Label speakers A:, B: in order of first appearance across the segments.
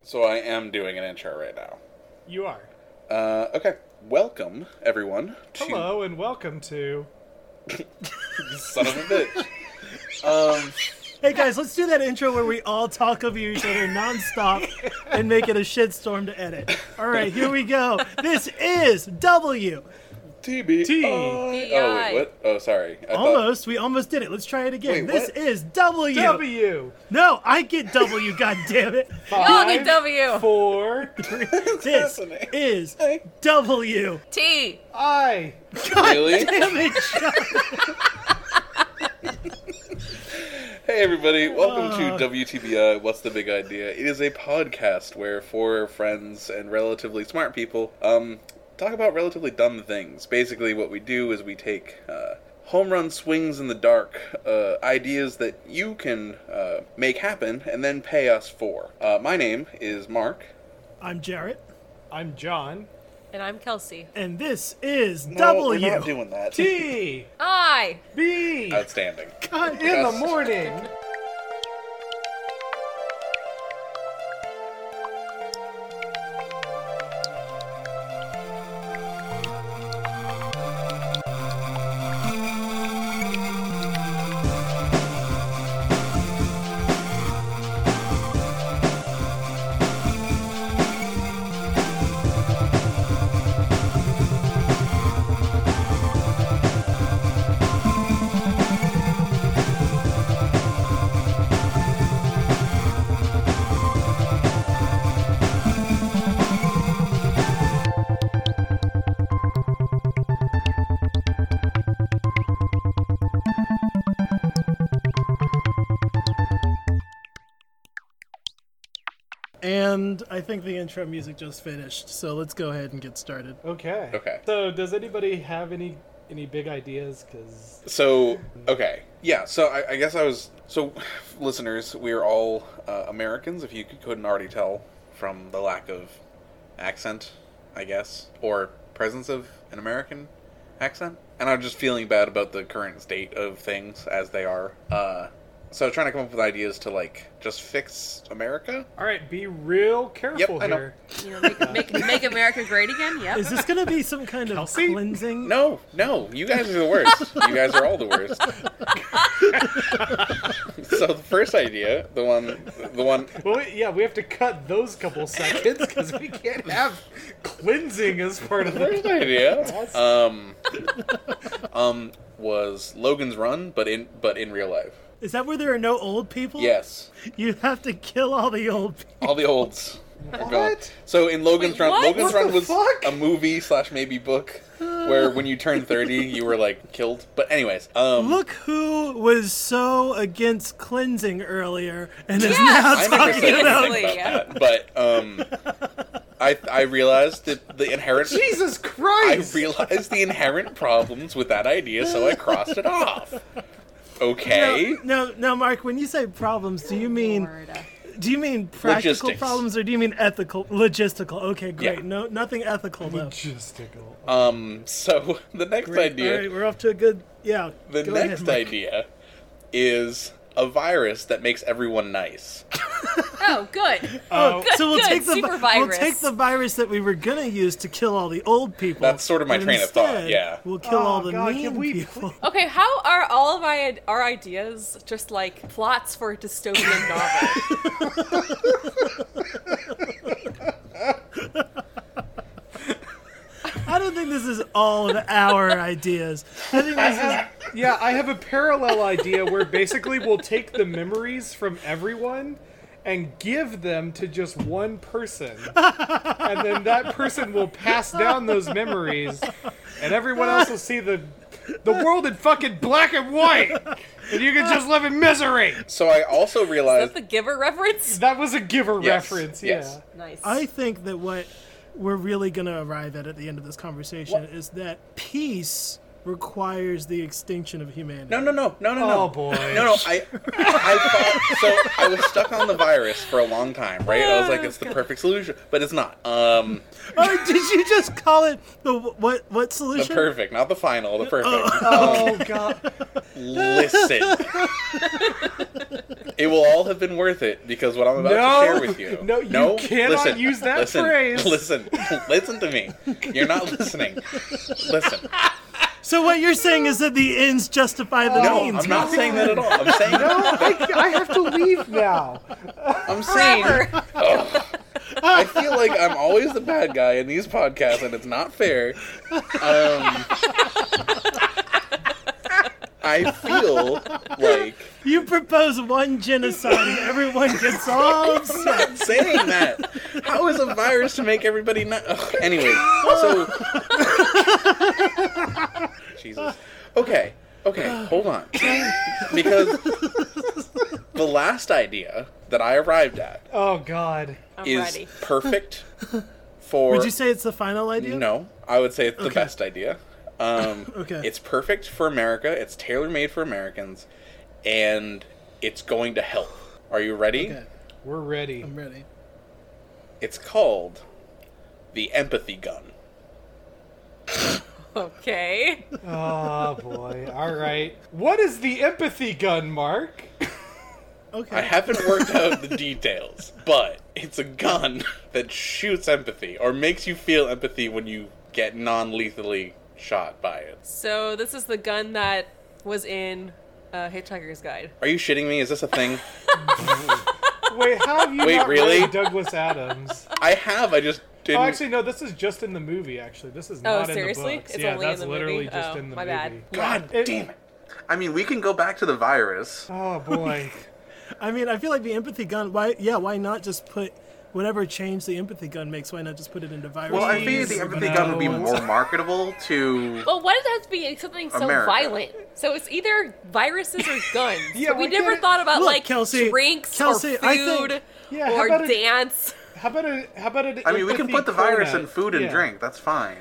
A: So I am doing an intro right now.
B: You are.
A: Uh, okay, welcome everyone. To
B: Hello and welcome to.
A: son of a bitch. um,
C: Hey guys, let's do that intro where we all talk over each other nonstop and make it a shitstorm to edit. All right, here we go. This is W.
A: TB.
B: T.
A: Oh wait, what? Oh, sorry. I thought-
C: Almost, we almost did it. Let's try it
A: Wait,
C: again. this
A: what?
C: is W.
B: W.
C: No, I get W. God damn it.
B: Five,
D: get W.
B: Four.
C: This
A: happening?
C: is W.
D: T.
B: I.
A: really?
C: Damn it, Chuck.
A: Hey everybody, welcome
B: Uh.
A: to WTBI. What's the big idea? It is a podcast where four friends and relatively smart people um, talk about relatively dumb things. Basically, what we do is we take uh, home run swings in the dark, uh, ideas that you can uh, make happen, and then pay us for. Uh, my name is Mark.
C: I'm Jarrett,
B: I'm John.
D: And I'm Kelsey.
C: and this is
A: No,
C: W.
A: we're not doing that.
B: T.
D: I.
B: B.
A: Outstanding.
C: God damn-
B: In the morning.
C: And I think the intro music just finished, so let's go ahead and get started.
B: Okay.
A: Okay.
B: So, does anybody have any any big ideas? Because
A: So okay, yeah. So I, I guess I was so listeners. We are all uh, Americans, if you c- couldn't already tell from the lack of accent, I guess, or presence of an American accent. And I'm just feeling bad about the current state of things as they are. Uh, so trying to come up with ideas to like just fix America.
B: all right, be real careful
A: I know.
B: here.
D: You know, make, make, make America great again. Yep.
C: Is this gonna be some kind of cleansing?
A: No, no, you guys are the worst. you guys are all the worst. so the first idea, the one, the one
B: Well, yeah, we have to cut those couple seconds because we can't have cleansing as part of
A: First
B: the
A: idea. Um, um, was Logan's Run, but in but in real life.
C: Is that where there are no old people?
A: Yes,
C: You have to kill all the old people.
A: all the olds. are gone.
B: What?
A: So in Logan's
D: Wait,
A: Run,
D: what?
A: Logan's
B: What
A: Run
B: the
A: was
B: fuck?
A: a movie slash maybe book where when you turned thirty, you were like killed. But anyways, um,
C: Look who was so against cleansing earlier and is
D: Yes!
C: now
A: I never said
C: talking about
A: anything
D: about-
A: about that, but um, I I realized that the inherent
B: Jesus
A: I
B: Christ!
A: realized the inherent problems with that idea, so I crossed it off. Okay.
C: no, no, no, Mark. When you say problems, do you mean
D: Florida.
C: do you mean practical
A: Logistics.
C: problems or do you mean ethical, logistical? Okay, great.
A: Yeah.
C: No, nothing ethical though.
B: Logistical.
A: Um, so the next idea,
C: All right, we're off to a good yeah.
A: the
C: go ahead,
A: next
C: Mark.
A: idea is a virus that makes everyone nice.
D: Oh, good.
B: Oh,
D: good,
C: So we'll
D: good.
C: take the vi-
D: super
C: we'll
D: virus.
C: take the virus that we were gonna use to kill all the old people.
A: That's sort of my
C: but
A: train of thought,
C: instead,
A: yeah.
C: we'll kill all
B: Oh,
C: the
B: God,
C: mean
B: can we
C: people.
D: Okay, how are all of our, our ideas just like plots for a dystopian novel?
C: I don't think this is all of our ideas. I think this is
B: Uh, Yeah, I have a parallel idea where basically we'll take the memories from everyone and give them to just one person. And then that person will pass down those memories and everyone else will see the the world in fucking black and white. And you can just live in misery.
A: So I also
D: That's
A: realized
D: the giver reference?
B: That was a giver
A: Yes,
B: reference, yeah.
A: yes.
D: Nice.
C: I think that what we're really going to arrive at at the end of this conversation is that peace requires the extinction of humanity.
A: No, no, no, no, no, no.
B: Oh, boy.
A: No, no. I, I thought so. I was stuck on the virus for a long time, right? I was like, it's the perfect solution, but it's not. Um,
C: Or did you just call it the wh- what what
A: the
C: solution?
A: perfect, not the final, the perfect.
B: Oh god.
A: Listen, it will all have been worth it because what I'm about
B: No.
A: to share with you.
B: No, you cannot use that
A: listen,
B: phrase.
A: Listen, listen to me. You're not listening. Listen.
C: so what you're saying is that the ends justify the
A: No,
C: means.
A: I'm not saying that at all. I'm saying
B: I, I have to leave now.
A: I'm saying
D: Forever.
A: I feel like I'm always the bad guy in these podcasts, and it's not fair. Um, I feel like
C: You propose one genocide and everyone gets all upset.
A: not saying that. How is a virus to make everybody not? Ugh, anyway, so Jesus. Okay, okay, hold on, because the last idea that I arrived at
B: Oh god.
D: I'm
A: is
D: ready.
A: perfect for.
C: Would you say it's the final idea?
A: No, I would say it's the best idea. Um,
C: Okay.
A: It's perfect for America. It's tailor made for Americans, and it's going to help. Are you ready?
C: Okay,
B: We're ready.
C: I'm ready.
A: It's called the empathy gun.
D: Okay.
B: Oh boy. All right. What is the empathy gun, Mark?
C: Okay.
A: I haven't worked out the details, but it's a gun that shoots empathy or makes you feel empathy when you get non lethally shot by it.
D: So this is the gun that was in uh, Hitchhiker's Guide.
A: Are you shitting me? Is this a thing?
B: Wait, how have you
A: Wait,
B: not
A: really?
B: read Douglas Adams?
A: I have, I just didn't.
B: Oh, actually, no. This is just in the movie. Actually, this is
D: Oh,
B: not
D: seriously?
B: in the books.
D: It's
B: yeah,
D: only
B: that's
D: in the
B: literally
D: movie.
B: just
D: oh,
B: in the
D: my
B: movie.
D: bad. Yeah.
A: God
B: It-
A: damn it. I mean, we can go back to the virus.
B: Oh boy.
C: I mean, I feel like the empathy gun. Why? Yeah, why not just put whatever change the empathy gun makes? Why not just put it into viruses?
A: Well, I feel the empathy gun would be
B: No.
A: more marketable to.
D: Well, why does it have to be something so
A: America.
D: violent? So it's either viruses or guns.
B: Yeah,
D: we
B: why
D: never
B: can't-
D: thought about
C: Look,
D: like
C: Kelsey-
D: drinks
C: Kelsey,
D: or
C: I think-
D: food
B: Yeah, how
D: or
B: about a-
D: dance.
B: How about a? How about an?
A: I mean, we can
B: empathy
A: put the virus
B: quota?
A: in food and
B: Yeah.
A: drink. That's fine.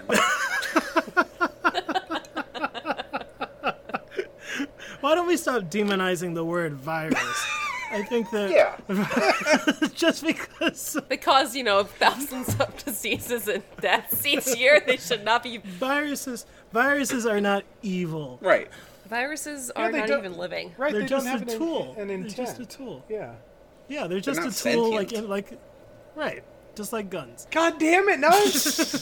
C: Why don't we stop demonizing the word virus? I think that
A: yeah.
C: just because
D: They cause you know thousands of diseases and deaths each year. They should not be.
C: viruses viruses are not evil.
A: Right.
D: Viruses are
B: they
D: not
B: don't-
D: even living.
B: Right.
C: They're
B: they
C: just
B: don't have
C: a
B: an-
C: tool.
B: An,
C: They're
B: intent.
C: just a tool.
B: Yeah.
C: Yeah, they're just
A: not
C: a tool, like
A: sentient.
C: in, like right, just like guns.
B: God damn it! No,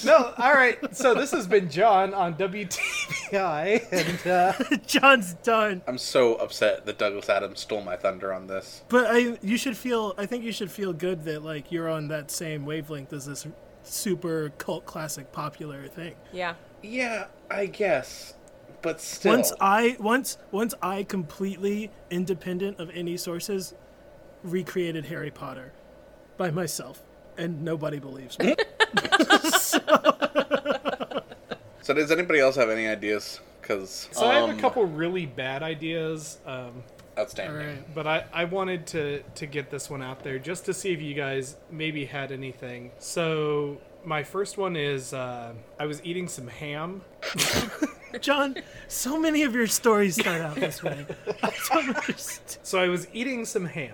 B: no. All right. So this has been John on WTBI, and uh,
C: John's done.
A: I'm so upset that Douglas Adams stole my thunder on this.
C: But I, you should feel. I think you should feel good that like you're on that same wavelength as this super cult classic popular thing.
D: Yeah.
A: Yeah, I guess. But still.
C: Once I once once I completely independent of any sources recreated Harry Potter by myself and nobody believes me.
A: so, does anybody else have any ideas? Because.
B: so I
A: Um,
B: have a couple really bad ideas. Um,
A: Outstanding.
C: All right.
B: but I, I wanted to to get this one out there just to see if you guys maybe had anything. So my first one is uh, I was eating some ham.
C: John, so many of your stories start out this way. I don't understand.
B: So I was eating some ham,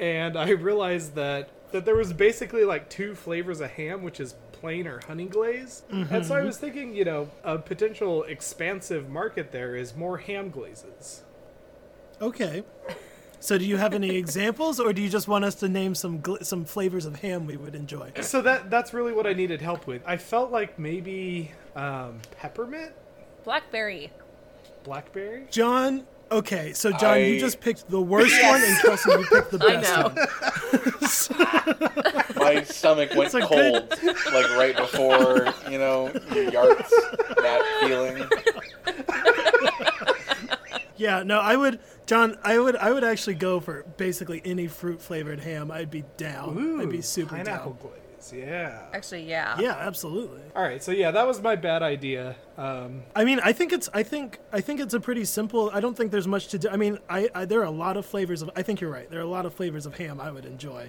B: and I realized that that there was basically like two flavors of ham, which is plain or honey glaze. And so I was thinking, you know, a potential expansive market there is more ham glazes.
C: Okay. So do you have any examples or do you just want us to name some gl- some flavors of ham we would enjoy?
B: So that that's really what I needed help with. I felt like maybe um, peppermint,
D: Blackberry.
B: blackberry.
C: John, okay. So John,
A: I-
C: you just picked the worst one and trust me, you picked the
D: I
C: best
D: know.
C: one.
A: My stomach went
C: a
A: cold,
C: good-
A: like right before, you know, your yarts, that feeling.
C: Yeah, no, I would, John. I would, I would actually go for basically any fruit flavored ham. I'd be down. I'd be super
B: pineapple glaze. Yeah.
D: Actually, yeah.
C: down. Yeah, absolutely.
B: All right. So yeah, that was my bad idea. Um,
C: I mean, I think it's, I think, I think it's a pretty simple. I don't think there's much to do. I mean, I, I there are a lot of flavors of. I think you're right. There are a lot of flavors of ham I would enjoy.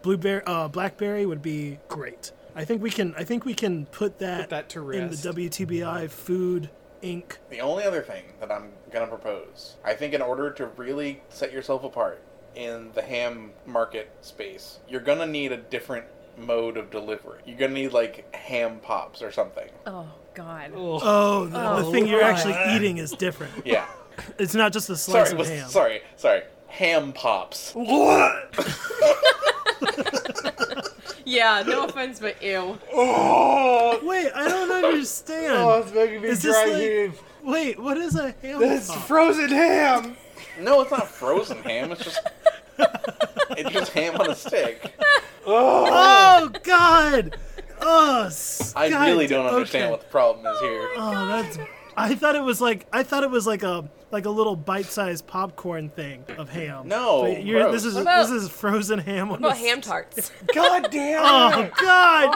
C: Blueberry, uh, blackberry would be great. I think we can, I think we can put that,
B: that to
C: in the
A: Mm-hmm.
B: rest.
C: WTBI food ink.
A: The only other thing that I'm going to propose, I think, in order to really set yourself apart in the ham market space, you're going to need a different mode of delivery. You're going to need, like, ham pops or something.
D: Oh God.
B: Ugh.
C: Oh, the, the
D: Oh,
C: thing you're
D: right.
C: actually eating is different.
A: Yeah.
C: It's not just a slice
A: sorry,
C: of
A: was-
C: ham.
A: sorry, sorry. Ham pops.
C: What?
D: Yeah. No offense, but ew.
B: Oh,
C: Wait, I don't understand.
B: oh, it's making me
C: Is this
B: dry
C: like-
B: heave.
C: Wait, what is a ham
B: That's
C: pop?
B: frozen ham.
A: No, it's not frozen ham. It's just. It's just ham on a stick.
B: Oh,
C: oh God! Oh, s-
A: I
C: God
A: really
C: da-
A: don't understand
C: okay.
A: what the problem is here.
C: Oh, that's. I thought it was like I thought it was like a like a little bite-sized popcorn thing of ham.
A: No,
C: But you're, this
A: gross.
C: is
D: What about-
C: this is frozen ham. On
D: What about
C: a-
D: ham tarts?
B: god damn.
C: Oh God!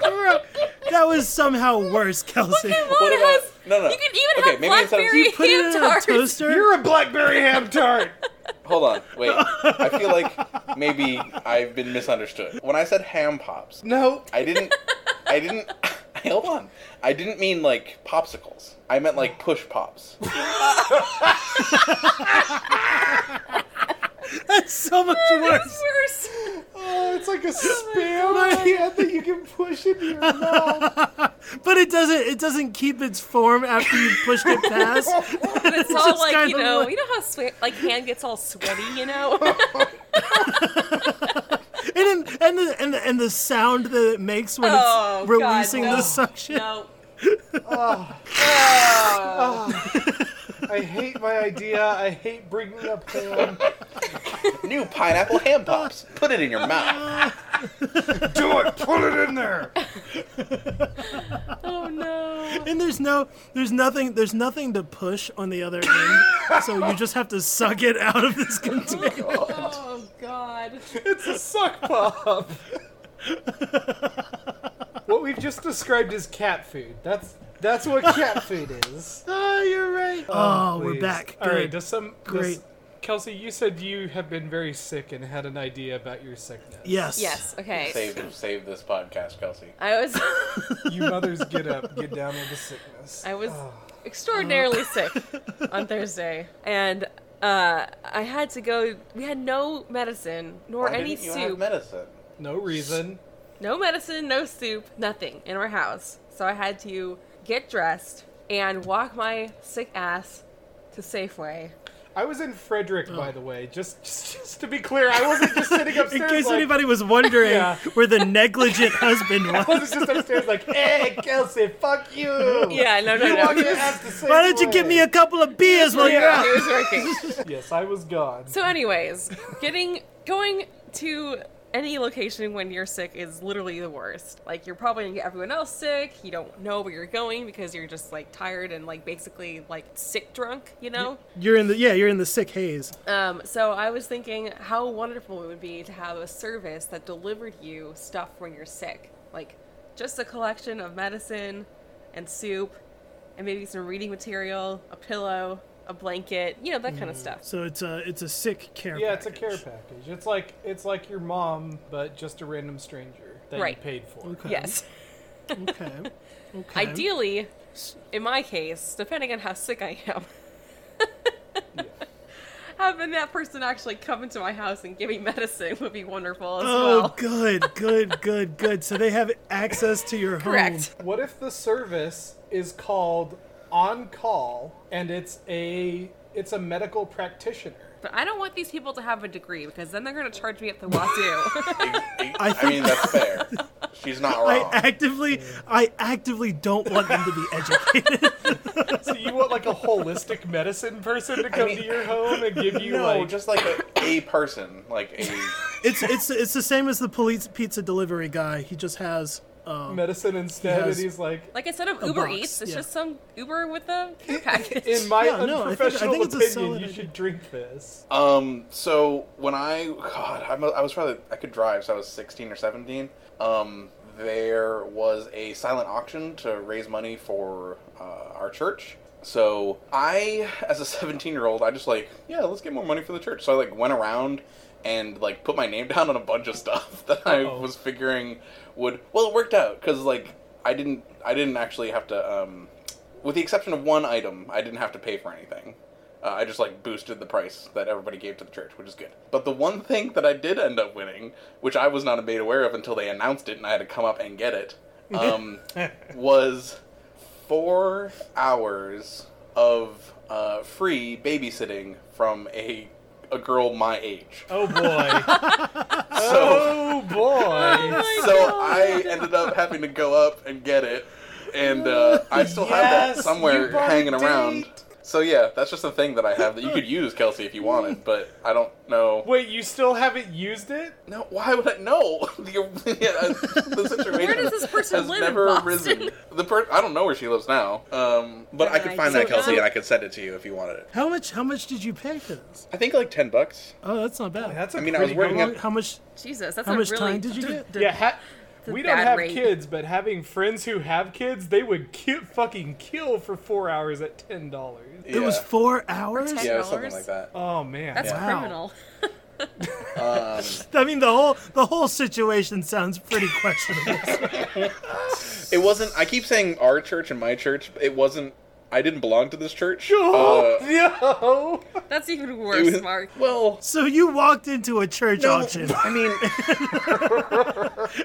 D: Oh.
C: that was somehow worse, Kelsey.
A: about-
D: What has-
A: no, no.
D: You can even
A: Okay,
D: have
A: maybe instead of-
D: blackberry
C: You put it
D: ham
C: in a
D: tarts.
C: toaster.
B: You're a blackberry ham tart.
A: Hold on, wait. I feel like maybe I've been misunderstood. When I said ham pops,
B: No.
A: I didn't. I didn't. Hold on. I didn't mean like popsicles. I meant like push pops.
C: That's so much worse.
D: That's worse.
B: Oh, it's like a spam hand that you can push into your mouth.
C: But it doesn't it doesn't keep its form after you pushed it past.
D: But it's all
C: just
D: like
C: kind
D: you
C: of
D: know,
C: like-
D: you know how sweat, like hand gets all sweaty, you know.
C: And then- and the, and the, and the sound that it makes when
D: oh
C: it's releasing
D: God, no.
C: the suction.
D: No.
B: I hate my idea. I hate bringing up ham.
A: New pineapple ham pops. Put it in your mouth.
B: Do it. Put it in there.
D: Oh no.
C: And there's no there's nothing there's nothing to push on the other end. so you just have to suck it out of this container.
D: Oh God.
B: It's a suck pop. what we've just described is cat food. That's that's what cat food is.
C: Oh, you're right. Oh, we're
B: Please.
C: back.
B: All right.
C: Good.
B: Does some does-
C: Great.
B: Kelsey, you said you have been very sick and had an idea about your sickness.
C: yes.
D: Yes. Okay.
A: Save, save this podcast, Kelsey.
D: I was,
B: You mothers get up, get down with the sickness.
D: I was
C: Oh.
D: extraordinarily sick on Thursday, and uh, I had to go. We had no medicine nor
A: Why
D: any
A: didn't you have
D: soup.
A: medicine?
B: No reason.
D: no medicine, no soup, nothing in our house. So I had to get dressed and walk my sick ass to Safeway.
B: I was in Frederick, by the way. Just, just, just to be clear, I wasn't just sitting
C: Oh. In
B: upstairs.
C: case
B: like,
C: anybody was wondering
B: Yeah.
C: where the negligent husband
B: I
C: was.
B: was just upstairs, like, "Hey, Kelsey, fuck you."
D: Yeah, no, no,
B: You walk
D: no.
B: your ass to
C: Why don't you give me a couple of beers while you're
D: Yeah,
C: out?
D: he was working.
B: Yes, I was gone.
D: So, anyways, getting going to any location when you're sick is literally the worst. Like, you're probably gonna get everyone else sick. You don't know where you're going because you're just like tired and like basically like sick drunk, you know?
C: You're in the yeah, you're in the sick haze.
D: Um, so I was thinking how wonderful it would be to have a service that delivered you stuff when you're sick, like just a collection of medicine and soup, and maybe some reading material, a pillow, a blanket, you know that kind of
C: Mm.
D: stuff.
C: So it's a it's a sick care.
B: Yeah, it's a
C: package.
B: care package. It's like it's like your mom, but just a random stranger that you
D: Right.
B: paid for.
D: Yes.
C: Okay. Okay.
D: Ideally, in my case, depending on how sick I am, having that person actually come into my house and give me medicine would be wonderful as
C: Oh,
D: well.
C: good, good, good, good. So they have access to your home.
D: Correct.
B: What if the service is called on call and it's a it's a medical practitioner?
D: But I don't want these people to have a degree because then they're going to charge me up the wazoo.
A: I,
C: think-
A: mean, that's fair. She's not
C: I
A: wrong.
C: actively, I actively don't want them to be educated.
B: So you want like a holistic medicine person to come
A: mean-
B: to your home and give you
A: no,
B: like
A: just like a, a person, like a.
C: It's it's it's the same as the police pizza delivery guy. He just has. Um,
B: medicine instead?
C: Yes.
B: And he's like,
D: Like instead of Uber
C: box,
D: Eats, it's
C: yeah.
D: just some Uber with a care package.
B: in my
C: Yeah, no, I think- I
B: unprofessional
C: think it's a
B: opinion,
C: solid
B: you
C: idea.
B: should drink this.
A: Um, so when I God, I'm a, I was probably I could drive, so I was 16 or 17. Um, there was a silent auction to raise money for uh, our church. So I, as a 17 year old, I just like yeah, let's get more money for the church. So I like went around and like put my name down on a bunch of stuff that
B: Uh-oh.
A: I was figuring would well it worked out because like I didn't I didn't actually have to um
E: with the exception of one item, I didn't have to pay for anything. Uh, I just like boosted the price that everybody gave to the church, which is good. But the one thing that I did end up winning, which I was not made aware of until they announced it, and I had to come up and get it, um, was four hours of uh, free babysitting from a a girl my age.
B: Oh boy. Oh
E: So
B: boy.
E: so I ended up having to go up and get it, and uh, I still have that
B: Yes,
E: somewhere
B: you bought a
E: hanging around.
B: date.
E: So yeah, that's just a thing that I have that you could use, Kelsey, if you wanted. But I don't know.
B: Wait, you still haven't used it?
E: No, why would I? No, the, yeah, the situation
D: Where does this person
E: has
D: live in
E: never
D: Boston?
E: arisen. The per- I don't know where she lives now. Um,
A: But
E: but
A: I could find
D: So
A: that, Kelsey,
D: now-
A: and I could send it to you if you wanted it.
C: How much? How much did you pay for this?
A: I think like ten bucks.
C: Oh, that's not bad.
B: That's a
A: I mean, I was
B: pretty
A: working
B: good
C: how, long- how much?
D: Jesus, that's
C: How
D: a
C: much
D: really
C: time did you get?
B: Yeah, ha-
D: a
B: we don't
D: bad
B: have
D: rate.
B: kids, but having friends who have kids, they would ki- fucking kill for four hours at ten dollars.
C: It was
A: Yeah.
C: four hours.
D: ten-
A: Yeah, it was something
D: $10?
A: like that.
B: Oh man,
D: That's
C: Wow.
D: criminal.
C: I mean, the whole the whole situation sounds pretty questionable.
A: It wasn't. I keep saying our church and my church. It wasn't. I didn't belong to this church.
B: Oh,
A: Uh,
B: no.
D: That's even
A: it
D: worse,
A: was-
D: Mark.
A: Well,
C: so you walked into a church
A: no,
C: auction
A: I mean,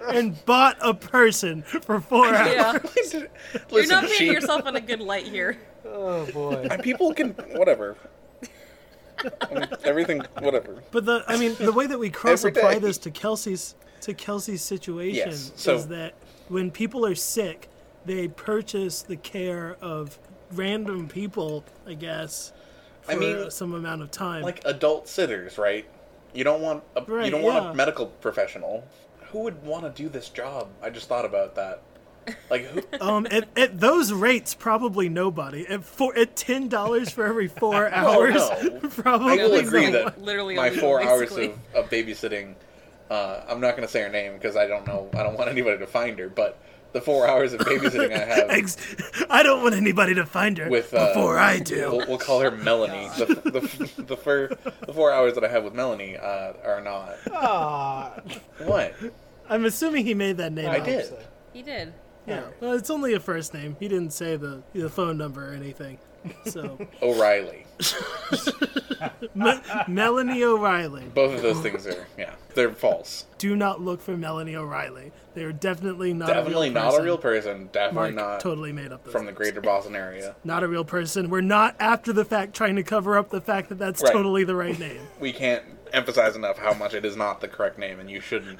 C: and bought a person for four hours.
D: Yeah.
A: listen,
D: You're not painting
A: sheep,
D: yourself in a good light here.
B: Oh boy.
A: and people can whatever. I mean, everything, whatever.
C: But the I mean the way that we cross
A: Every
C: apply
A: day.
C: this to Kelsey's to Kelsey's situation
A: Yes, so-
C: is that when people are sick, they purchase the care of random people, I guess, for
A: I mean,
C: some amount of time.
A: Like adult sitters, right? You don't want a you
C: Right,
A: don't want
C: yeah.
A: a medical professional. Who would want to do this job? I just thought about that. Like who?
C: um at, at those rates probably nobody. At four at ten dollars for every four
A: Well,
C: hours
A: Oh, no.
C: probably
A: I will
D: Literally
A: agree
D: no-
A: that
D: literally
A: my
D: illegal,
A: four
D: basically.
A: hours of, of babysitting. Uh, I'm not going to say her name because I don't know. I don't want anybody to find her. But the four hours of babysitting I have
C: Ex- I don't want anybody to find her
A: with uh,
C: before I do.
A: we'll, we'll call her Melanie. The, the, the, fir, the four hours that I have with Melanie uh, are not
B: Ah,
A: what
C: I'm assuming he made that name
A: I
C: up.
A: did.
D: He did.
C: Yeah. Well, it's only a first name. He didn't say the the phone number or anything. So
A: O'Reilly.
C: Me- Melanie O'Reilly.
A: Both of those things are yeah, they're false.
C: Do not look for Melanie O'Reilly. They are definitely not
A: Definitely
C: a real
A: not
C: person.
A: a real person. Definitely
C: Mark
A: not
C: totally made up those
A: from the
C: names.
A: greater Boston area.
C: Not a real person. We're not after the fact trying to cover up the fact that that's
A: Right.
C: totally the right name.
A: we can't emphasize enough how much it is not the correct name, and you shouldn't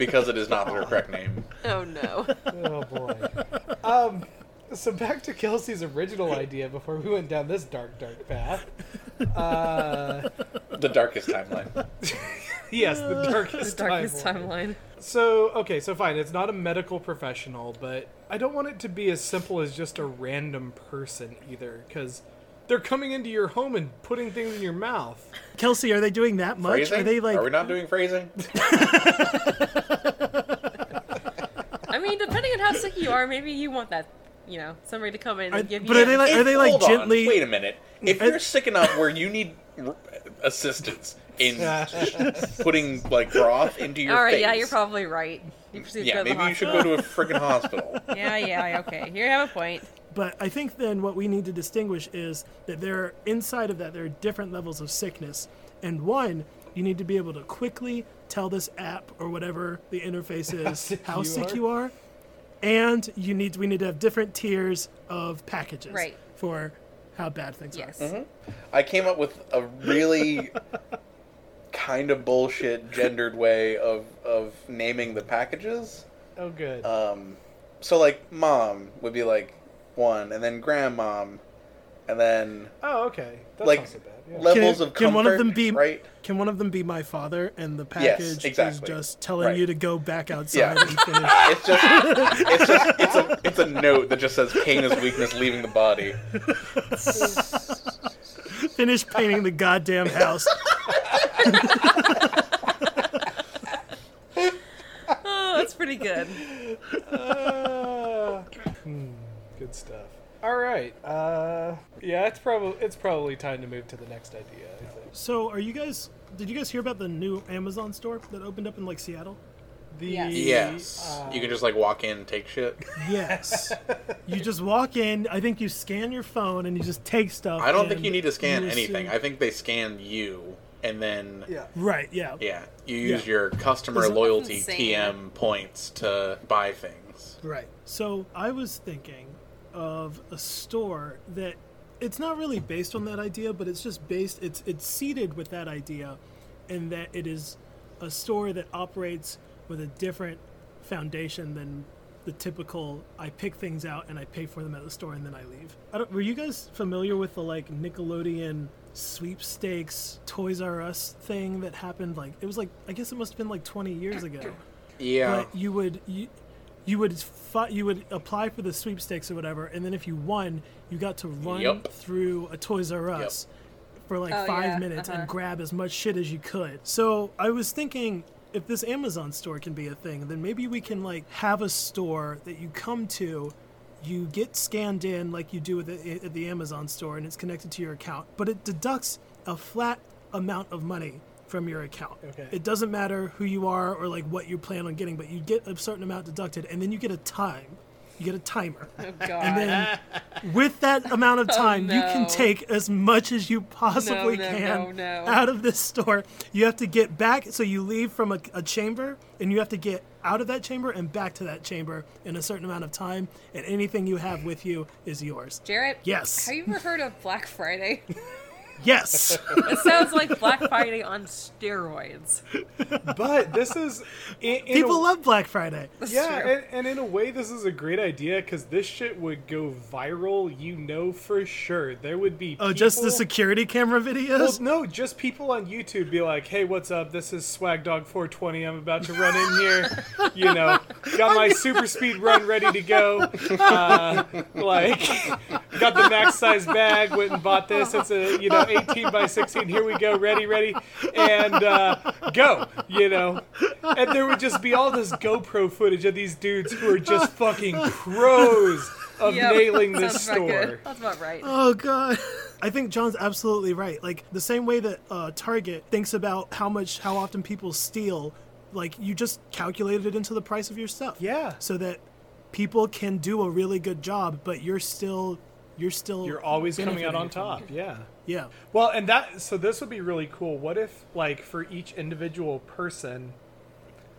A: because it is not the correct name.
D: Oh no.
B: oh boy. Um, so back to Kelsey's original idea before we went down this dark, dark path.
A: The darkest timeline.
B: Yes, the darkest,
D: Darkest
B: timeline.
D: timeline.
B: So, okay, so fine. It's not a medical professional, but I don't want it to be as simple as just a random person either, because they're coming into your home and putting things in your mouth.
C: Kelsey, are they doing that much?
A: Phrasing?
C: Are they like?
A: Are we not doing phrasing?
D: I mean, depending on how sick you are, maybe you want that, you know, somebody to come in and
C: Are-
D: give you.
C: but are they like?
A: If-
C: Are they like
A: hold on,
C: gently?
A: Wait a minute. If you're sick enough where you need r- assistance in putting like broth into your
D: All right,
A: face,
D: yeah, you're probably right. You should
A: yeah,
D: go to the
A: maybe you should
D: hospital.
A: go to a freaking hospital.
D: Yeah, yeah, okay. Here, have a point.
C: But I think then what we need to distinguish is that there are inside of that there are different levels of sickness. And one, you need to be able to quickly tell this app or whatever the interface is
B: sick
C: how
B: you
C: sick
B: are.
C: you are. And you need we need to have different tiers of packages
D: Right.
C: for how bad things
D: Yes.
A: Mm-hmm. I came up with a really kind of bullshit gendered way of of naming the packages.
B: Oh, good.
A: Um, so like mom would be like one, and then grandmom, and then
B: oh, okay. That's
A: like
B: not so bad. Yeah.
C: are. Can,
A: levels
C: it-
A: of comfort.
C: can one of them be
A: right?
C: Can one of them be my father and the package
A: exactly.
C: is just telling
A: Right.
C: you to go back outside
A: Yeah.
C: and finish
A: It's just it's just it's a it's a note that just says pain is weakness leaving the body.
C: finish painting the goddamn house.
D: Oh, that's pretty good.
B: Uh, hmm, good stuff. All right. Uh, yeah, it's probably it's probably time to move to the next idea. I think.
C: So, are you guys? Did you guys hear about the new Amazon store that opened up in like Seattle?
B: The
D: Yes.
E: Yes.
B: uh,
E: you can just like walk in, and take shit.
C: Yes. you just walk in. I think you scan your phone and you just take stuff.
E: I don't
C: and
E: think you need to scan
C: you assume-
E: anything. I think they scan you, and then
B: yeah.
C: Right. Yeah.
E: yeah, you use
C: Yeah.
E: your customer
C: Isn't-
E: loyalty
D: That's insane.
E: TM points to buy things.
C: Right. So I was thinking of a store that it's not really based on that idea, but it's just based. It's it's seeded with that idea, in that it is a store that operates with a different foundation than the typical. I pick things out and I pay for them at the store and then I leave. I don't, were you guys familiar with the like Nickelodeon? sweepstakes toys r us thing that happened like it was like i guess it must have been like 20 years ago
E: Yeah,
C: but you would you, you would fi- you would apply for the sweepstakes or whatever, and then if you won, you got to run
E: Yep.
C: through a Toys R Us for like
D: Oh,
C: five
D: yeah,
C: minutes
D: uh-huh.
C: and grab as much shit as you could. So I was thinking. If this Amazon store can be a thing, then maybe we can like have a store that you come to, you get scanned in like you do at the, at the Amazon store, and it's connected to your account, but it deducts a flat amount of money from your account.
B: Okay.
C: It doesn't matter who you are or like what you plan on getting, but you get a certain amount deducted, and then you get a time. You get a timer.
D: Oh god.
C: And then with that amount of time, you
D: Oh, no.
C: can take as much as you possibly
D: No, no,
C: can
D: no, no.
C: out of this store. You have to get back, so you leave from a, a chamber, and you have to get out of that chamber and back to that chamber in a certain amount of time, and anything you have with you is yours.
D: Jarrett.
C: Yes.
D: Have you ever heard of Black Friday?
C: Yes!
D: it sounds like Black Friday on steroids.
B: But this is in, in
C: People
B: a,
C: love Black Friday.
B: Yeah,
D: true.
B: and, and in a way, this is a great idea because this shit would go viral. You know for sure there would be.
C: Oh, just the
B: people-
C: security camera
B: Well,
C: videos?
B: no, just people on YouTube be like, "Hey, what's up? This is Swag Dog 420. I'm about to run in here. You know, got my super speed run ready to go. Uh, like, got the max size bag. Went and bought this. It's a you know 18 by 16. Here we go. Ready, ready, and uh, go. You know, and there would just be all this GoPro footage of these dudes who are just fucking pros of
D: Yep,
B: nailing this
D: sounds about good.
B: store.
D: That's about right.
C: Oh god. I think John's absolutely right. Like the same way that uh, Target thinks about how much, how often people steal, like you just calculated it into the price of your stuff.
B: Yeah.
C: So that people can do a really good job, but you're still, you're still,
B: You're always coming out
C: benefiting
B: on
C: from
B: top. Yeah.
C: it. Yeah.
B: Well, and that so this would be really cool. What if like for each individual person,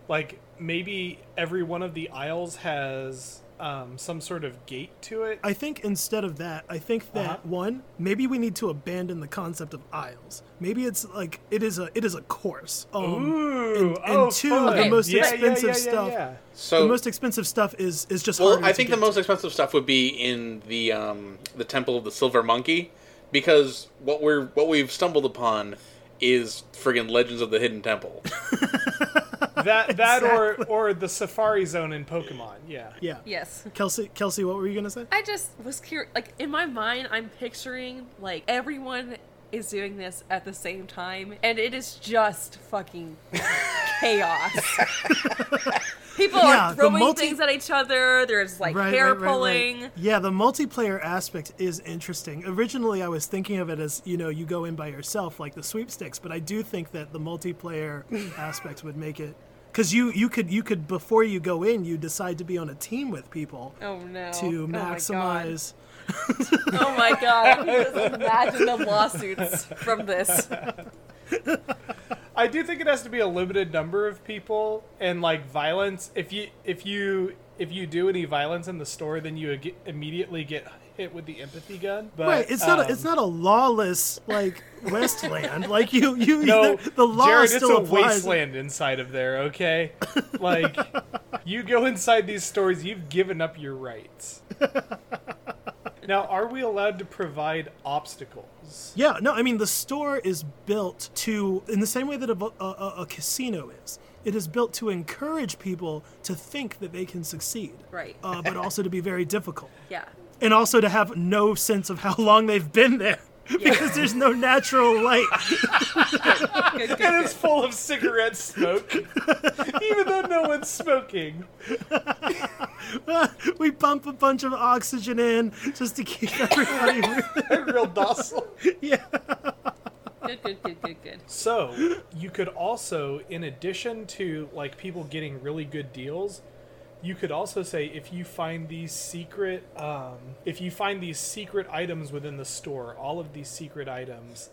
B: like maybe every one of the aisles has um, some sort of gate to it?
C: I think instead of that, I think that
B: Uh-huh.
C: one, maybe we need to abandon the concept of aisles. Maybe it's like it is a it is a course. Um,
B: Ooh,
C: and, and
B: oh,
C: two,
B: fun.
C: the most
B: Yeah, yeah,
C: expensive
B: yeah, yeah,
C: stuff.
B: yeah.
C: The
E: so
C: most expensive stuff is is just
E: Well,
C: harder
E: I
C: to
E: think the
C: get
E: most
C: to.
E: expensive stuff would be in the um, the Temple of the Silver Monkey, because what we're what we've stumbled upon is friggin' Legends of the Hidden Temple.
B: That that or or the Safari Zone in Pokemon. Yeah.
C: yeah.
D: Yes.
C: Kelsey, Kelsey, what were you gonna say?
D: I just was curious. Like in my mind, I'm picturing like everyone is doing this at the same time, and it is just fucking chaos. People
C: Yeah,
D: are
C: the
D: throwing
C: multi-
D: things at each other. There's like hair pulling.
C: Yeah, the multiplayer aspect is interesting. Originally, I was thinking of it as you know you go in by yourself like the sweepstakes, but I do think that the multiplayer aspect would make it because you you could you could before you go in you decide to be on a team with people
D: Oh no!
C: to
D: Oh, my God.
C: maximize.
D: Oh my god! I can just imagine the lawsuits from this.
B: I do think it has to be a limited number of people, and like violence. If you if you if you do any violence in the store, then you ag- immediately get hit with the empathy gun. But,
C: Right, it's not a, it's
B: um,
C: not a lawless like Westland. Like you you
B: No,
C: the, the law
B: Jared, it's
C: still
B: a
C: applies.
B: wasteland inside of there. Okay, like you go inside these stores, you've given up your rights. now, are we allowed to provide obstacles?
C: Yeah, no, I mean the store is built to, in the same way that a, a, a- a casino is, it is built to encourage people to think that they can succeed,
D: Right.
C: uh, but also to be very difficult,
D: Yeah.
C: and also to have no sense of how long they've been there because there's no natural light.
D: Good, good,
B: And
D: good.
B: it's full of cigarette smoke, even though no one's smoking.
C: we pump a bunch of oxygen in just to keep everybody.
B: Real docile.
C: yeah.
D: Good, good, good, good, good.
B: So you could also, in addition to like people getting really good deals, you could also say if you find these secret, um, if you find these secret items within the store, all of these secret items,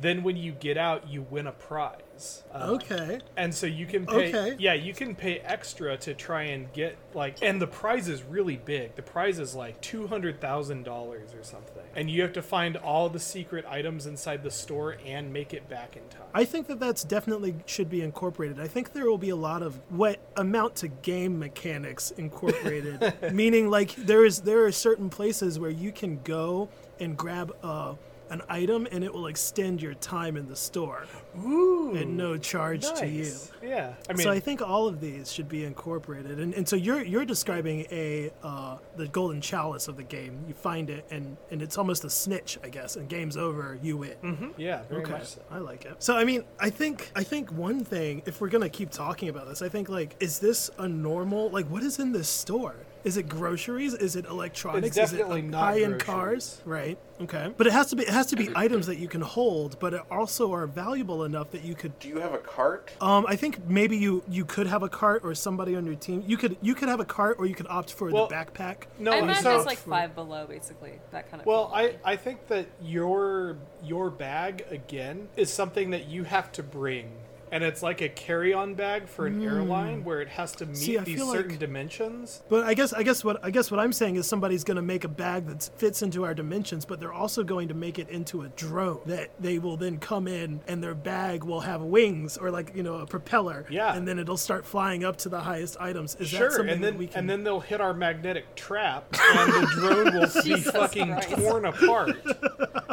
B: then when you get out, you win a prize. Uh,
C: Okay.
B: And so you can pay.
C: Okay.
B: Yeah, you can pay extra to try and get like, and the prize is really big. The prize is like two hundred thousand dollars or something, and you have to find all the secret items inside the store and make it back in time.
C: I think that that's definitely should be incorporated. I think there will be a lot of what amount to game mechanics incorporated, meaning like there is there are certain places where you can go and grab uh, an item and it will extend your time in the store
B: Ooh,
C: at no charge to you.
B: nice. Yeah, I mean,
C: so I think all of these should be incorporated, and, and so you're you're describing a uh, the golden chalice of the game. You find it, and and it's almost a snitch, I guess. And game's over, you win.
B: Mm-hmm. yeah, very
C: Okay.
B: much so.
C: I like it. So I mean, I think I think one thing, if we're gonna keep talking about this, I think like, is this a normal? Like, what is in this store? Is it groceries? Is it electronics?
B: definitely
C: is it
B: not
C: high-end
B: groceries.
C: cars? Right. Okay. But it has to be it has to be items that you can hold, but it also are valuable enough that you could.
E: Do you have a cart?
C: Um, I think maybe you you could have a cart or somebody on your team. You could you could have a cart or you could opt for
B: Well,
C: the backpack.
B: No,
D: I
B: and
D: imagine
B: so-
D: it's like five below, basically. That kind of.
B: Well, I,
D: quality.
B: I think that your your bag again is something that you have to bring, and it's like a carry on bag for an airline where it has to meet
C: Hmm. See, I
B: these
C: feel
B: certain
C: like-
B: dimensions.
C: But I guess I guess what I guess what I'm saying is somebody's going to make a bag that fits into our dimensions, but they're also going to make it into a drone that they will then come in and their bag will have wings or like you know a propeller,
B: Yeah.
C: and then it'll start flying up to the highest items. Is that
B: Sure,
C: something
B: and then
C: that we can?
B: and then they'll hit our magnetic trap, and the drone will be
D: Jesus
B: fucking
D: Christ.
B: torn apart,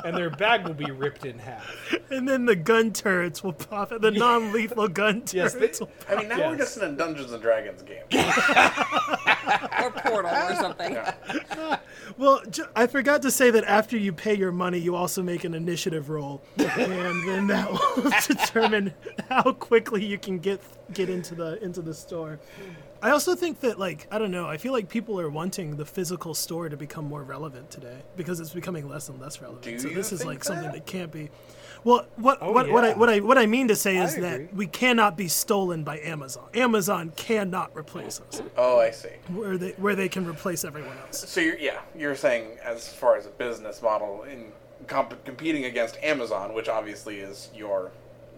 B: and their bag will be ripped in half.
C: and then the gun turrets will pop. The non-lethal gun turrets.
B: Yes, they-
C: will
E: I mean, now we're
B: Yes.
E: just in a Dungeons and Dragons game.
D: or portal or something.
C: Well, ju- I forgot to say that after you pay your money, you also make an initiative roll, and then that will determine how quickly you can get get into the into the store. I also think that like I don't know, I feel like people are wanting the physical store to become more relevant today because it's becoming less and less relevant.
E: Do
C: so
E: you
C: this is
E: think
C: like something
E: that? Oh,
C: that can't be well, what what, what I
B: yeah.
C: what I what I mean to say
B: I
C: is
B: agree.
C: that we cannot be stolen by Amazon. Amazon cannot replace us,
E: Oh, I see.
C: where they where they can replace everyone else.
E: So you're yeah, you're saying as far as a business model in comp- competing against Amazon, which obviously is your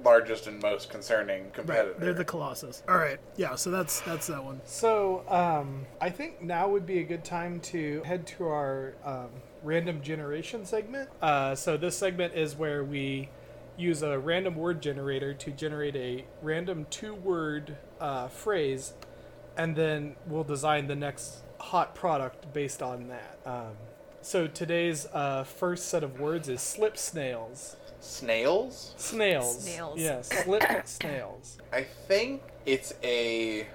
E: largest and most concerning competitor.
C: They're the Colossus. All right. Yeah. So that's that's that one.
B: So um, I think now would be a good time to head to our um, random generation segment. Uh, so this segment is where we use a random word generator to generate a random two-word uh, phrase, and then we'll design the next hot product based on that. Um, so today's uh, first set of words is slip snails.
E: snails.
B: Snails.
D: Snails.
B: Yeah, slip snails.
E: I think it's a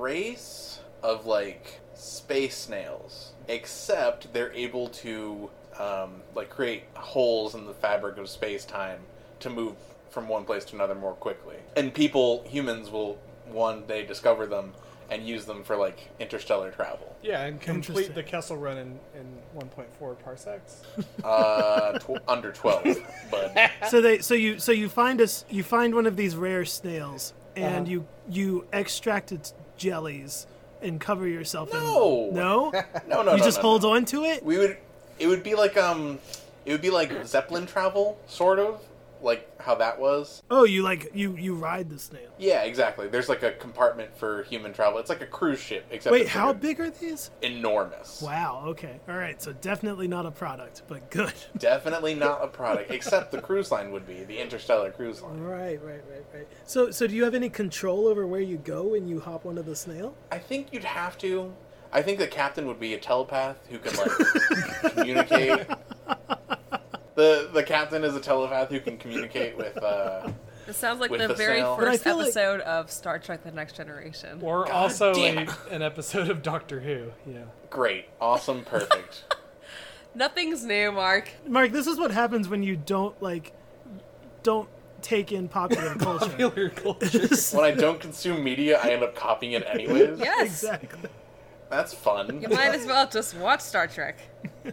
E: race of like space snails, except they're able to um, like create holes in the fabric of space time to move from one place to another more quickly. And people, humans, will one day discover them and use them for like interstellar travel.
B: Yeah, and complete
C: Interesting.
B: the Kessel Run in, in 1.4 parsecs.
E: Uh, tw- under twelve, but
C: So they so you so you find us you find one of these rare snails and
E: Uh-huh.
C: you you extract its jellies and cover yourself
E: No.
C: in them. No.
E: no, no,
C: You
E: no,
C: just
E: no,
C: hold
E: no.
C: on to it.
E: We would. It would be like um, it would be like zeppelin travel, sort of like how that was.
C: Oh, you like you you ride the snail.
E: Yeah, exactly. There's like a compartment for human travel. It's like a cruise ship, except
C: Wait,
E: it's
C: how
E: like a-
C: big are these?
E: Enormous.
C: Wow. Okay. All right. So definitely not a product, but good.
E: Definitely not a product, except the cruise line would be the interstellar cruise line.
C: Right, right, right, right. So, so do you have any control over where you go when you hop onto the snail?
E: I think you'd have to. I think the captain would be a telepath who can like communicate. The the captain is a telepath who can communicate with. uh
D: This sounds like
E: With
D: the,
E: the
D: very
E: snail.
C: But I
D: first
C: feel like-
D: episode of Star Trek: The Next Generation.
B: Or also a,
E: damn.
B: an episode of Doctor Who. Yeah.
E: Great, awesome, perfect.
D: Nothing's new, Mark.
C: Mark, this is what happens when you don't like don't take in popular culture.
B: Popular culture.
E: when I don't consume media, I end up copying it anyways.
D: Yes,
C: exactly.
E: That's fun.
D: you might as well just watch Star Trek.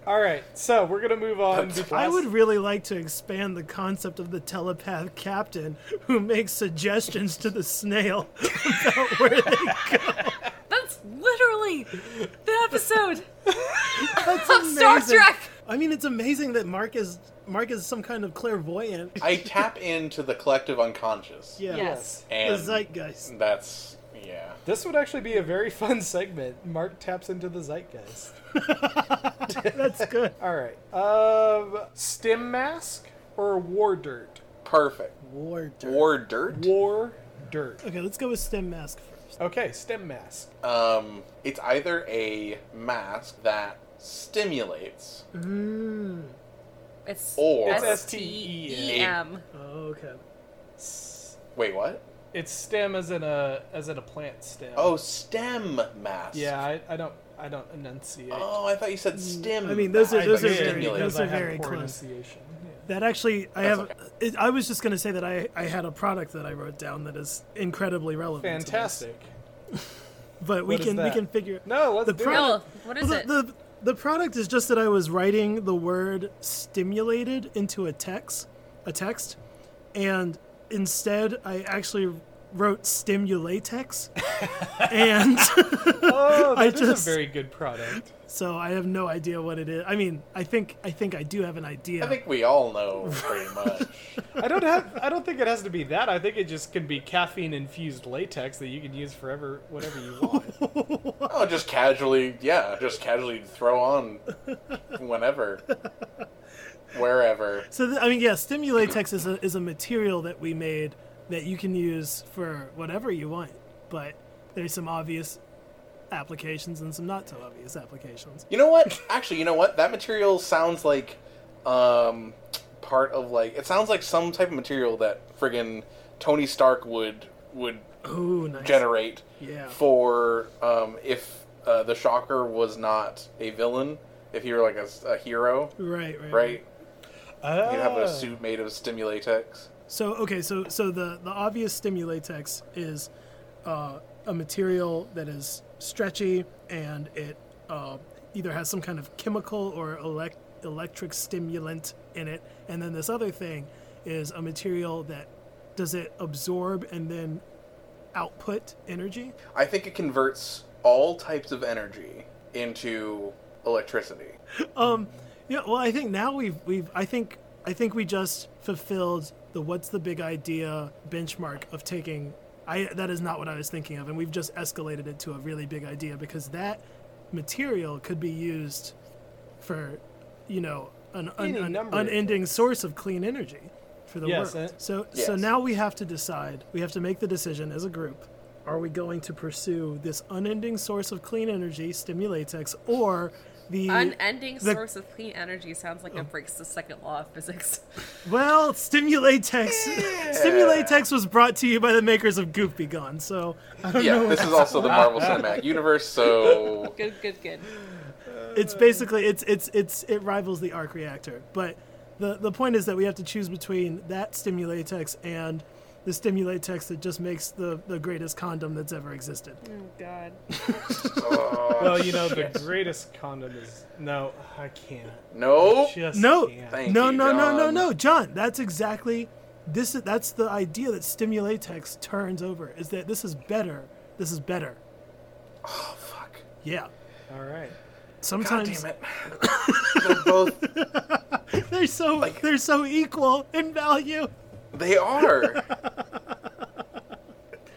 B: All right, so we're gonna move on. Because
C: I would really like to expand the concept of the telepath captain who makes suggestions to the snail about where they go.
D: That's literally the episode
C: That's
D: of Star
C: amazing.
D: Trek.
C: I mean, it's amazing that Mark is Mark is some kind of clairvoyant.
E: I tap into the collective unconscious.
C: Yeah.
D: Yes.
E: And
C: The zeitgeist.
E: That's yeah.
B: this would actually be a very fun segment. Mark taps into the zeitgeist.
C: That's good.
B: All right, um, stim mask or war dirt?
E: Perfect.
C: War dirt.
E: War dirt.
B: War dirt.
C: Okay, let's go with stem mask first.
B: Okay, stim mask.
E: Um, it's either a mask that stimulates
D: It's
E: Or-
B: It's
E: S
B: S T E.
D: E M.
C: Oh, okay.
E: Wait, what?
B: It's stem as in a as in a plant stem.
E: Oh, stem mask.
B: yeah. I, I don't I don't enunciate.
E: Oh, I thought you said stem.
C: Mm, I mean, those are-
E: mask.
C: those are
B: Because-
C: very-
E: Stimulate.
C: those
B: because
C: are
B: I have
C: very
B: poor
C: close.
B: enunciation. Yeah.
C: That actually, I
E: That's
C: have. It, I was just gonna say that I, I had a product that I wrote down that is incredibly relevant. to this.
B: Fantastic.
C: but we
B: What is
C: can we
B: that?
C: can figure.
B: No, let's
C: The
B: do
C: pro-
B: it.
D: No, what is
C: Well,
D: it?
C: the, the the product is just that I was writing the word stimulated into a text, a text, and instead I actually wrote stimulatex, and
B: Oh,
C: I
B: that is
C: just-
B: a very good product.
C: so I have no idea what it is. I mean, I think I think I do have an idea.
E: I think we all know pretty much.
B: I don't have. I don't think it has to be that. I think it just can be caffeine infused latex that you can use forever, whatever you want.
E: oh, just casually, yeah, just casually throw on whenever, wherever.
C: so th- I mean, yeah, stimulatex is a is a material that we made that you can use for whatever you want, but there's some obvious applications and some not so obvious applications.
E: You know what? Actually, you know what? That material sounds like um, part of like it sounds like some type of material that friggin' Tony Stark would would
C: Oh, nice.
E: generate
C: Yeah.
E: for um, if uh, the Shocker was not a villain, if he were like a, s- a hero,
C: Right, right.
E: right?
B: Oh.
E: You'd
C: Ah.
E: have a suit made of stimulatex.
C: So okay, so so the the obvious stimulatex is uh, a material that is stretchy and it uh, either has some kind of chemical or elect- electric stimulant in it, and then this other thing is a material that does it absorb and then output energy.
E: I think it converts all types of energy into electricity.
C: Yeah, well, I think now we've we've I think I think we just fulfilled the what's the big idea benchmark of taking I that is not what I was thinking of and we've just escalated it to a really big idea because that material could be used for you know an, an,
B: Any
C: an
B: number of
C: unending source of clean energy for the
B: Yes,
C: world.
B: and-
C: So so
E: Yes.
C: now we have to decide. We have to make the decision as a group. Are we going to pursue this unending source of clean energy, stimulatex, or the
D: Unending
C: the-
D: source of clean energy sounds like it breaks the second law of physics.
C: Well, Stimulatex. Stimulatex was brought to you by the makers of Goop Be Gone, so I don't
E: Yeah,
C: know.
E: this is also the Marvel Cinematic Universe, so
D: Good, good, good.
E: Uh.
C: It's basically it's it's it's it rivals the arc reactor, but the the point is that we have to choose between that Stimulatex and the Stimulatex that just makes the the greatest condom that's ever existed.
D: Oh God.
B: Well, you know, the greatest condom is no. I can't.
E: no.
B: Just
C: No,
B: can't.
E: Thank
C: no,
E: you,
C: no, no, no,
E: John.
C: no, John. That's exactly this. is That's the idea that Stimulatex turns over. Is that this is better? This is better.
E: Oh, fuck.
C: Yeah.
B: All right.
E: God
C: Sometimes
E: damn it. They're both.
C: They're so they're so equal in value.
E: They are.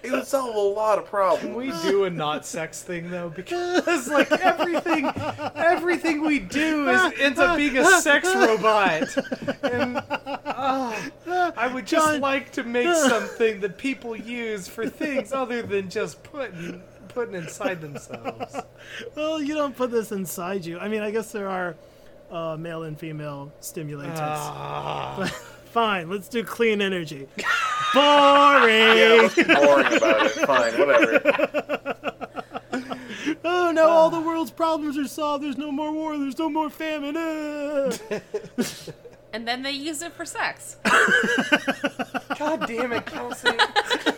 E: It would solve a lot of problems.
B: Can we do a not sex thing though? Because like everything, everything we do is ends up being a sex robot. And uh, I would just
C: John.
B: like to make something that people use for things other than just putting putting inside themselves.
C: Well, you don't put this inside you. I mean, I guess there are uh, male and female stimulators.
B: Ah.
C: Fine, let's do clean energy. Boring.
E: Yeah, what's boring about it? Fine, whatever.
C: Oh, now all
B: Ah.
C: the world's problems are solved. There's no more war. There's no more famine. Ah.
D: And then they use it for sex.
B: God damn it, Kelsey!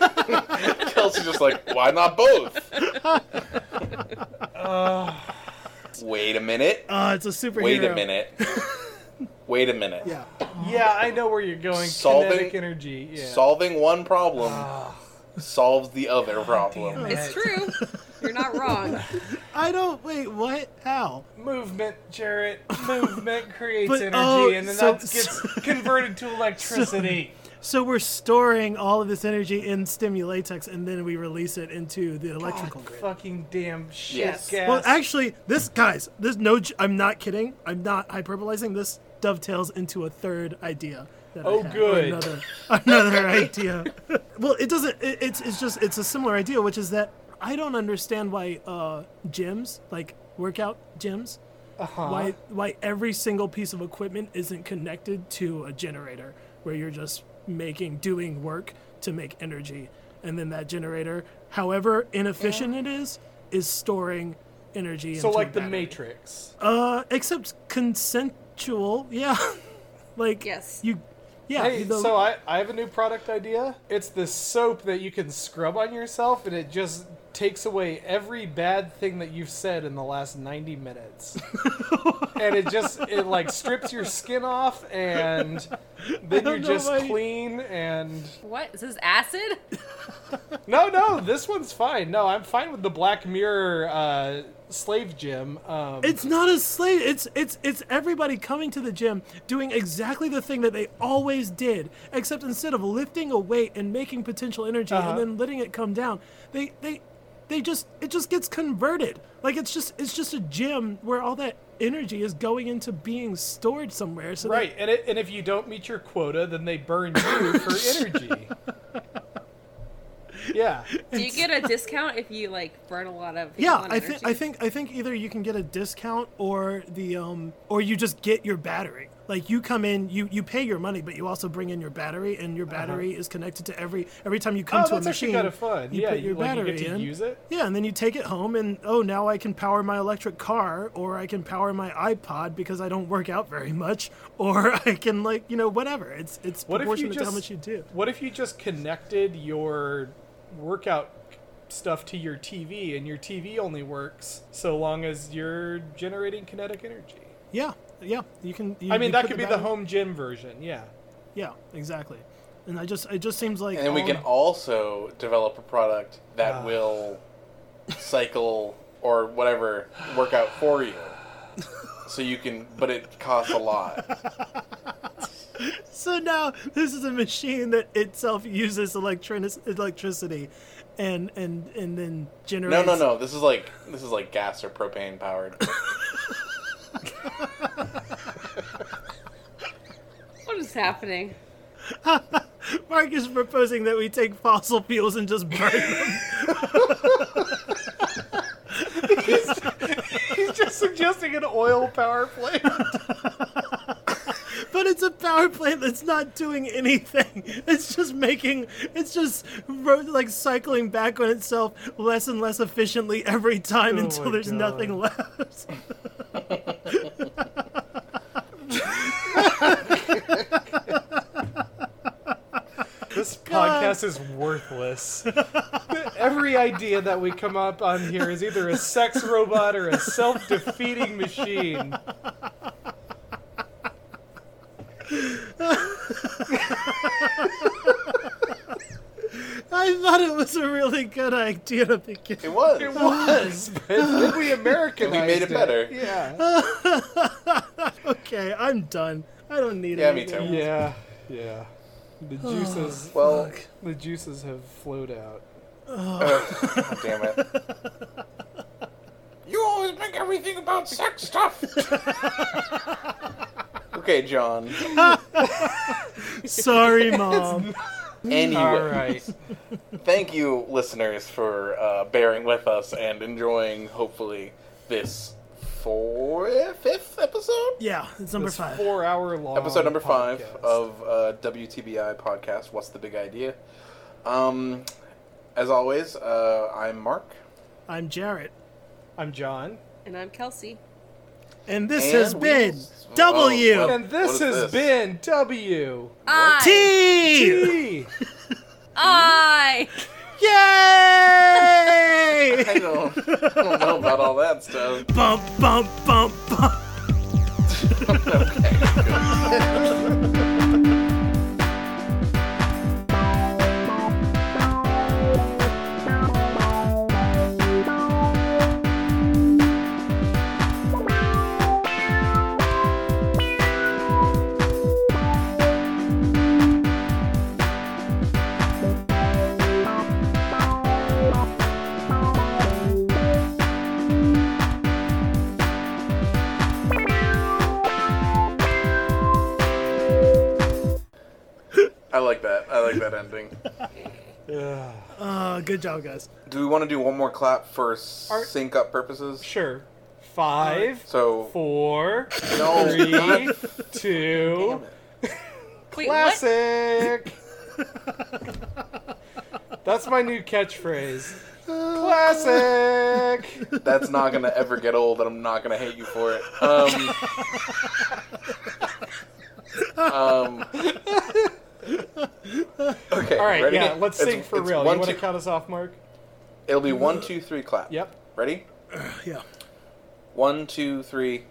E: Kelsey's just like, why not both? Wait a minute.
C: Oh, it's a superhero.
E: Wait a minute. Wait a minute.
C: Yeah.
B: Yeah, I know where you're going.
E: Solving-
B: Kinetic energy. Yeah.
E: Solving one problem solves the other
B: Ah. damn
E: problem.
B: it.
D: It's true. You're not wrong.
C: I don't. Wait, what? How?
B: Movement, Jarrett. Movement creates
C: But,
B: energy,
C: oh,
B: and then
C: so-
B: that gets converted to electricity.
C: So we're storing all of this energy in stimulatex, and then we release it into the electrical grid.
B: Fucking damn shit
E: Yes.
B: gas.
C: Well, actually, this guys, this no, j- I'm not kidding. I'm not hyperbolizing. This dovetails into a third idea. That I
B: Oh,
C: had, or
B: good.
C: Another, another idea. Well, it doesn't. It, it's it's just it's a similar idea, which is that I don't understand why uh, gyms, like workout gyms,
B: Uh-huh.
C: why why every single piece of equipment isn't connected to a generator, where you're just making doing work to make energy, and then that generator, however inefficient it is, is storing energy.
B: so
C: into a
B: like the
C: battery.
B: Matrix.
C: Uh, except consensual, yeah. like
D: Yes.
C: you, yeah.
B: Hey,
C: the-
B: so I, I have a new product idea. It's this soap that you can scrub on yourself, and it just takes away every bad thing that you've said in the last 90 minutes. and it just, it like strips your skin off, and then you're
C: know
B: just
C: why-
B: clean and.
D: What? Is this acid?
B: No, no, this one's fine. No, I'm fine with the Black Mirror uh, slave gym. Um,
C: It's not a slave. It's it's it's everybody coming to the gym doing exactly the thing that they always did, except instead of lifting a weight and making potential energy
B: Uh-huh.
C: and then letting it come down, they they they just it just gets converted. Like it's just it's just a gym where all that energy is going into being stored somewhere. So that-
B: right, and, it, and if you don't meet your quota, then they burn you for energy. Yeah.
D: Do you get a discount if you like burn a lot of?
C: yeah,
D: Elon
C: I think I
D: energy?
C: think I think either you can get a discount or the um or you just get your battery. Like you come in, you you pay your money, but you also bring in your battery, and your battery is connected to every every time you come
B: Uh-huh. Oh,
C: to a
B: that's actually
C: machine.
B: kind of fun.
C: You
B: yeah,
C: put your
B: like,
C: battery
B: you get to
C: in.
B: use it.
C: Yeah, and then you take it home, and oh, now I can power my electric car, or I can power my iPod because I don't work out very much, or I can like you know whatever. It's it's
B: What if you
C: proportionate
B: just
C: to how much you do.
B: What if you just connected your workout stuff to your TV, and your TV only works so long as you're generating kinetic energy?
C: Yeah, yeah, you can. You,
B: I mean,
C: you
B: that
C: put
B: could be the
C: battery-
B: home gym version. Yeah.
C: Yeah, exactly. And I just it just seems like
E: And we can also develop a product that
B: Oh. Ah.
E: will cycle or whatever work out for you. So you can, but it costs a lot.
C: So now this is a machine that itself uses electronic electricity, and and and then generates.
E: No, no, no. This is like this is like gas or propane powered.
D: What is happening?
C: Mark is proposing that we take fossil fuels and just burn them.
B: He's just suggesting an oil power plant.
C: but it's a power plant that's not doing anything. It's just making. It's just ro- like cycling back on itself less and less efficiently every time
B: Oh my
C: until there's
B: God.
C: nothing left.
B: This podcast is worthless. Every idea that we come up on here is either a sex robot or a self-defeating machine.
C: I thought it was a really good idea to begin.
E: It was.
B: It was, but then we Americanized
E: We made it better.
B: Yeah.
C: Okay, I'm done. I don't need it.
E: Yeah, me too.
B: Yeah. Yeah. The juices
E: Well,
B: the juices have flowed out.
E: God damn it. You always make everything about sex stuff. okay, John.
C: Sorry, mom.
E: Anyway,
B: All right.
E: thank you, listeners, for uh, bearing with us and enjoying, hopefully, this fourth, fifth episode?
C: Yeah, it's number
B: This
C: five.
B: 4 hour long
E: episode number five
B: podcast.
E: of uh, WTBI podcast. What's the big idea? Um, as always, uh, I'm Mark.
C: I'm Jarrett,
B: I'm John.
D: And I'm Kelsey.
C: and this
E: And
C: has
E: we-
C: been
E: oh,
C: W
E: well-
B: And this
E: What is
B: has
E: this?
B: been W E.
D: I.
C: T.
B: T.
D: I.
C: Yay!
E: I don't, I don't know about all that stuff.
C: bump, bump, bump, bump.
E: like that. I like that ending.
C: Uh, good job, guys.
E: Do we want to do one more clap for
B: Are-
E: sync up purposes?
B: Sure. Five,
E: So
B: four,
E: no, not-
B: three, two,
E: Damn it.
D: Wait, what?
B: classic. That's my new catchphrase. Classic.
E: that's not gonna ever get old, and I'm not gonna hate you for it. Um, um, okay.
B: All right,
E: ready?
B: yeah, let's
E: It's-
B: sing for
E: it's
B: real. You
E: one,
B: want to
E: two-
B: count us off, Mark?
E: It'll be one, two, three, clap.
B: Yep.
E: Ready?
C: Yeah.
E: One, two, three.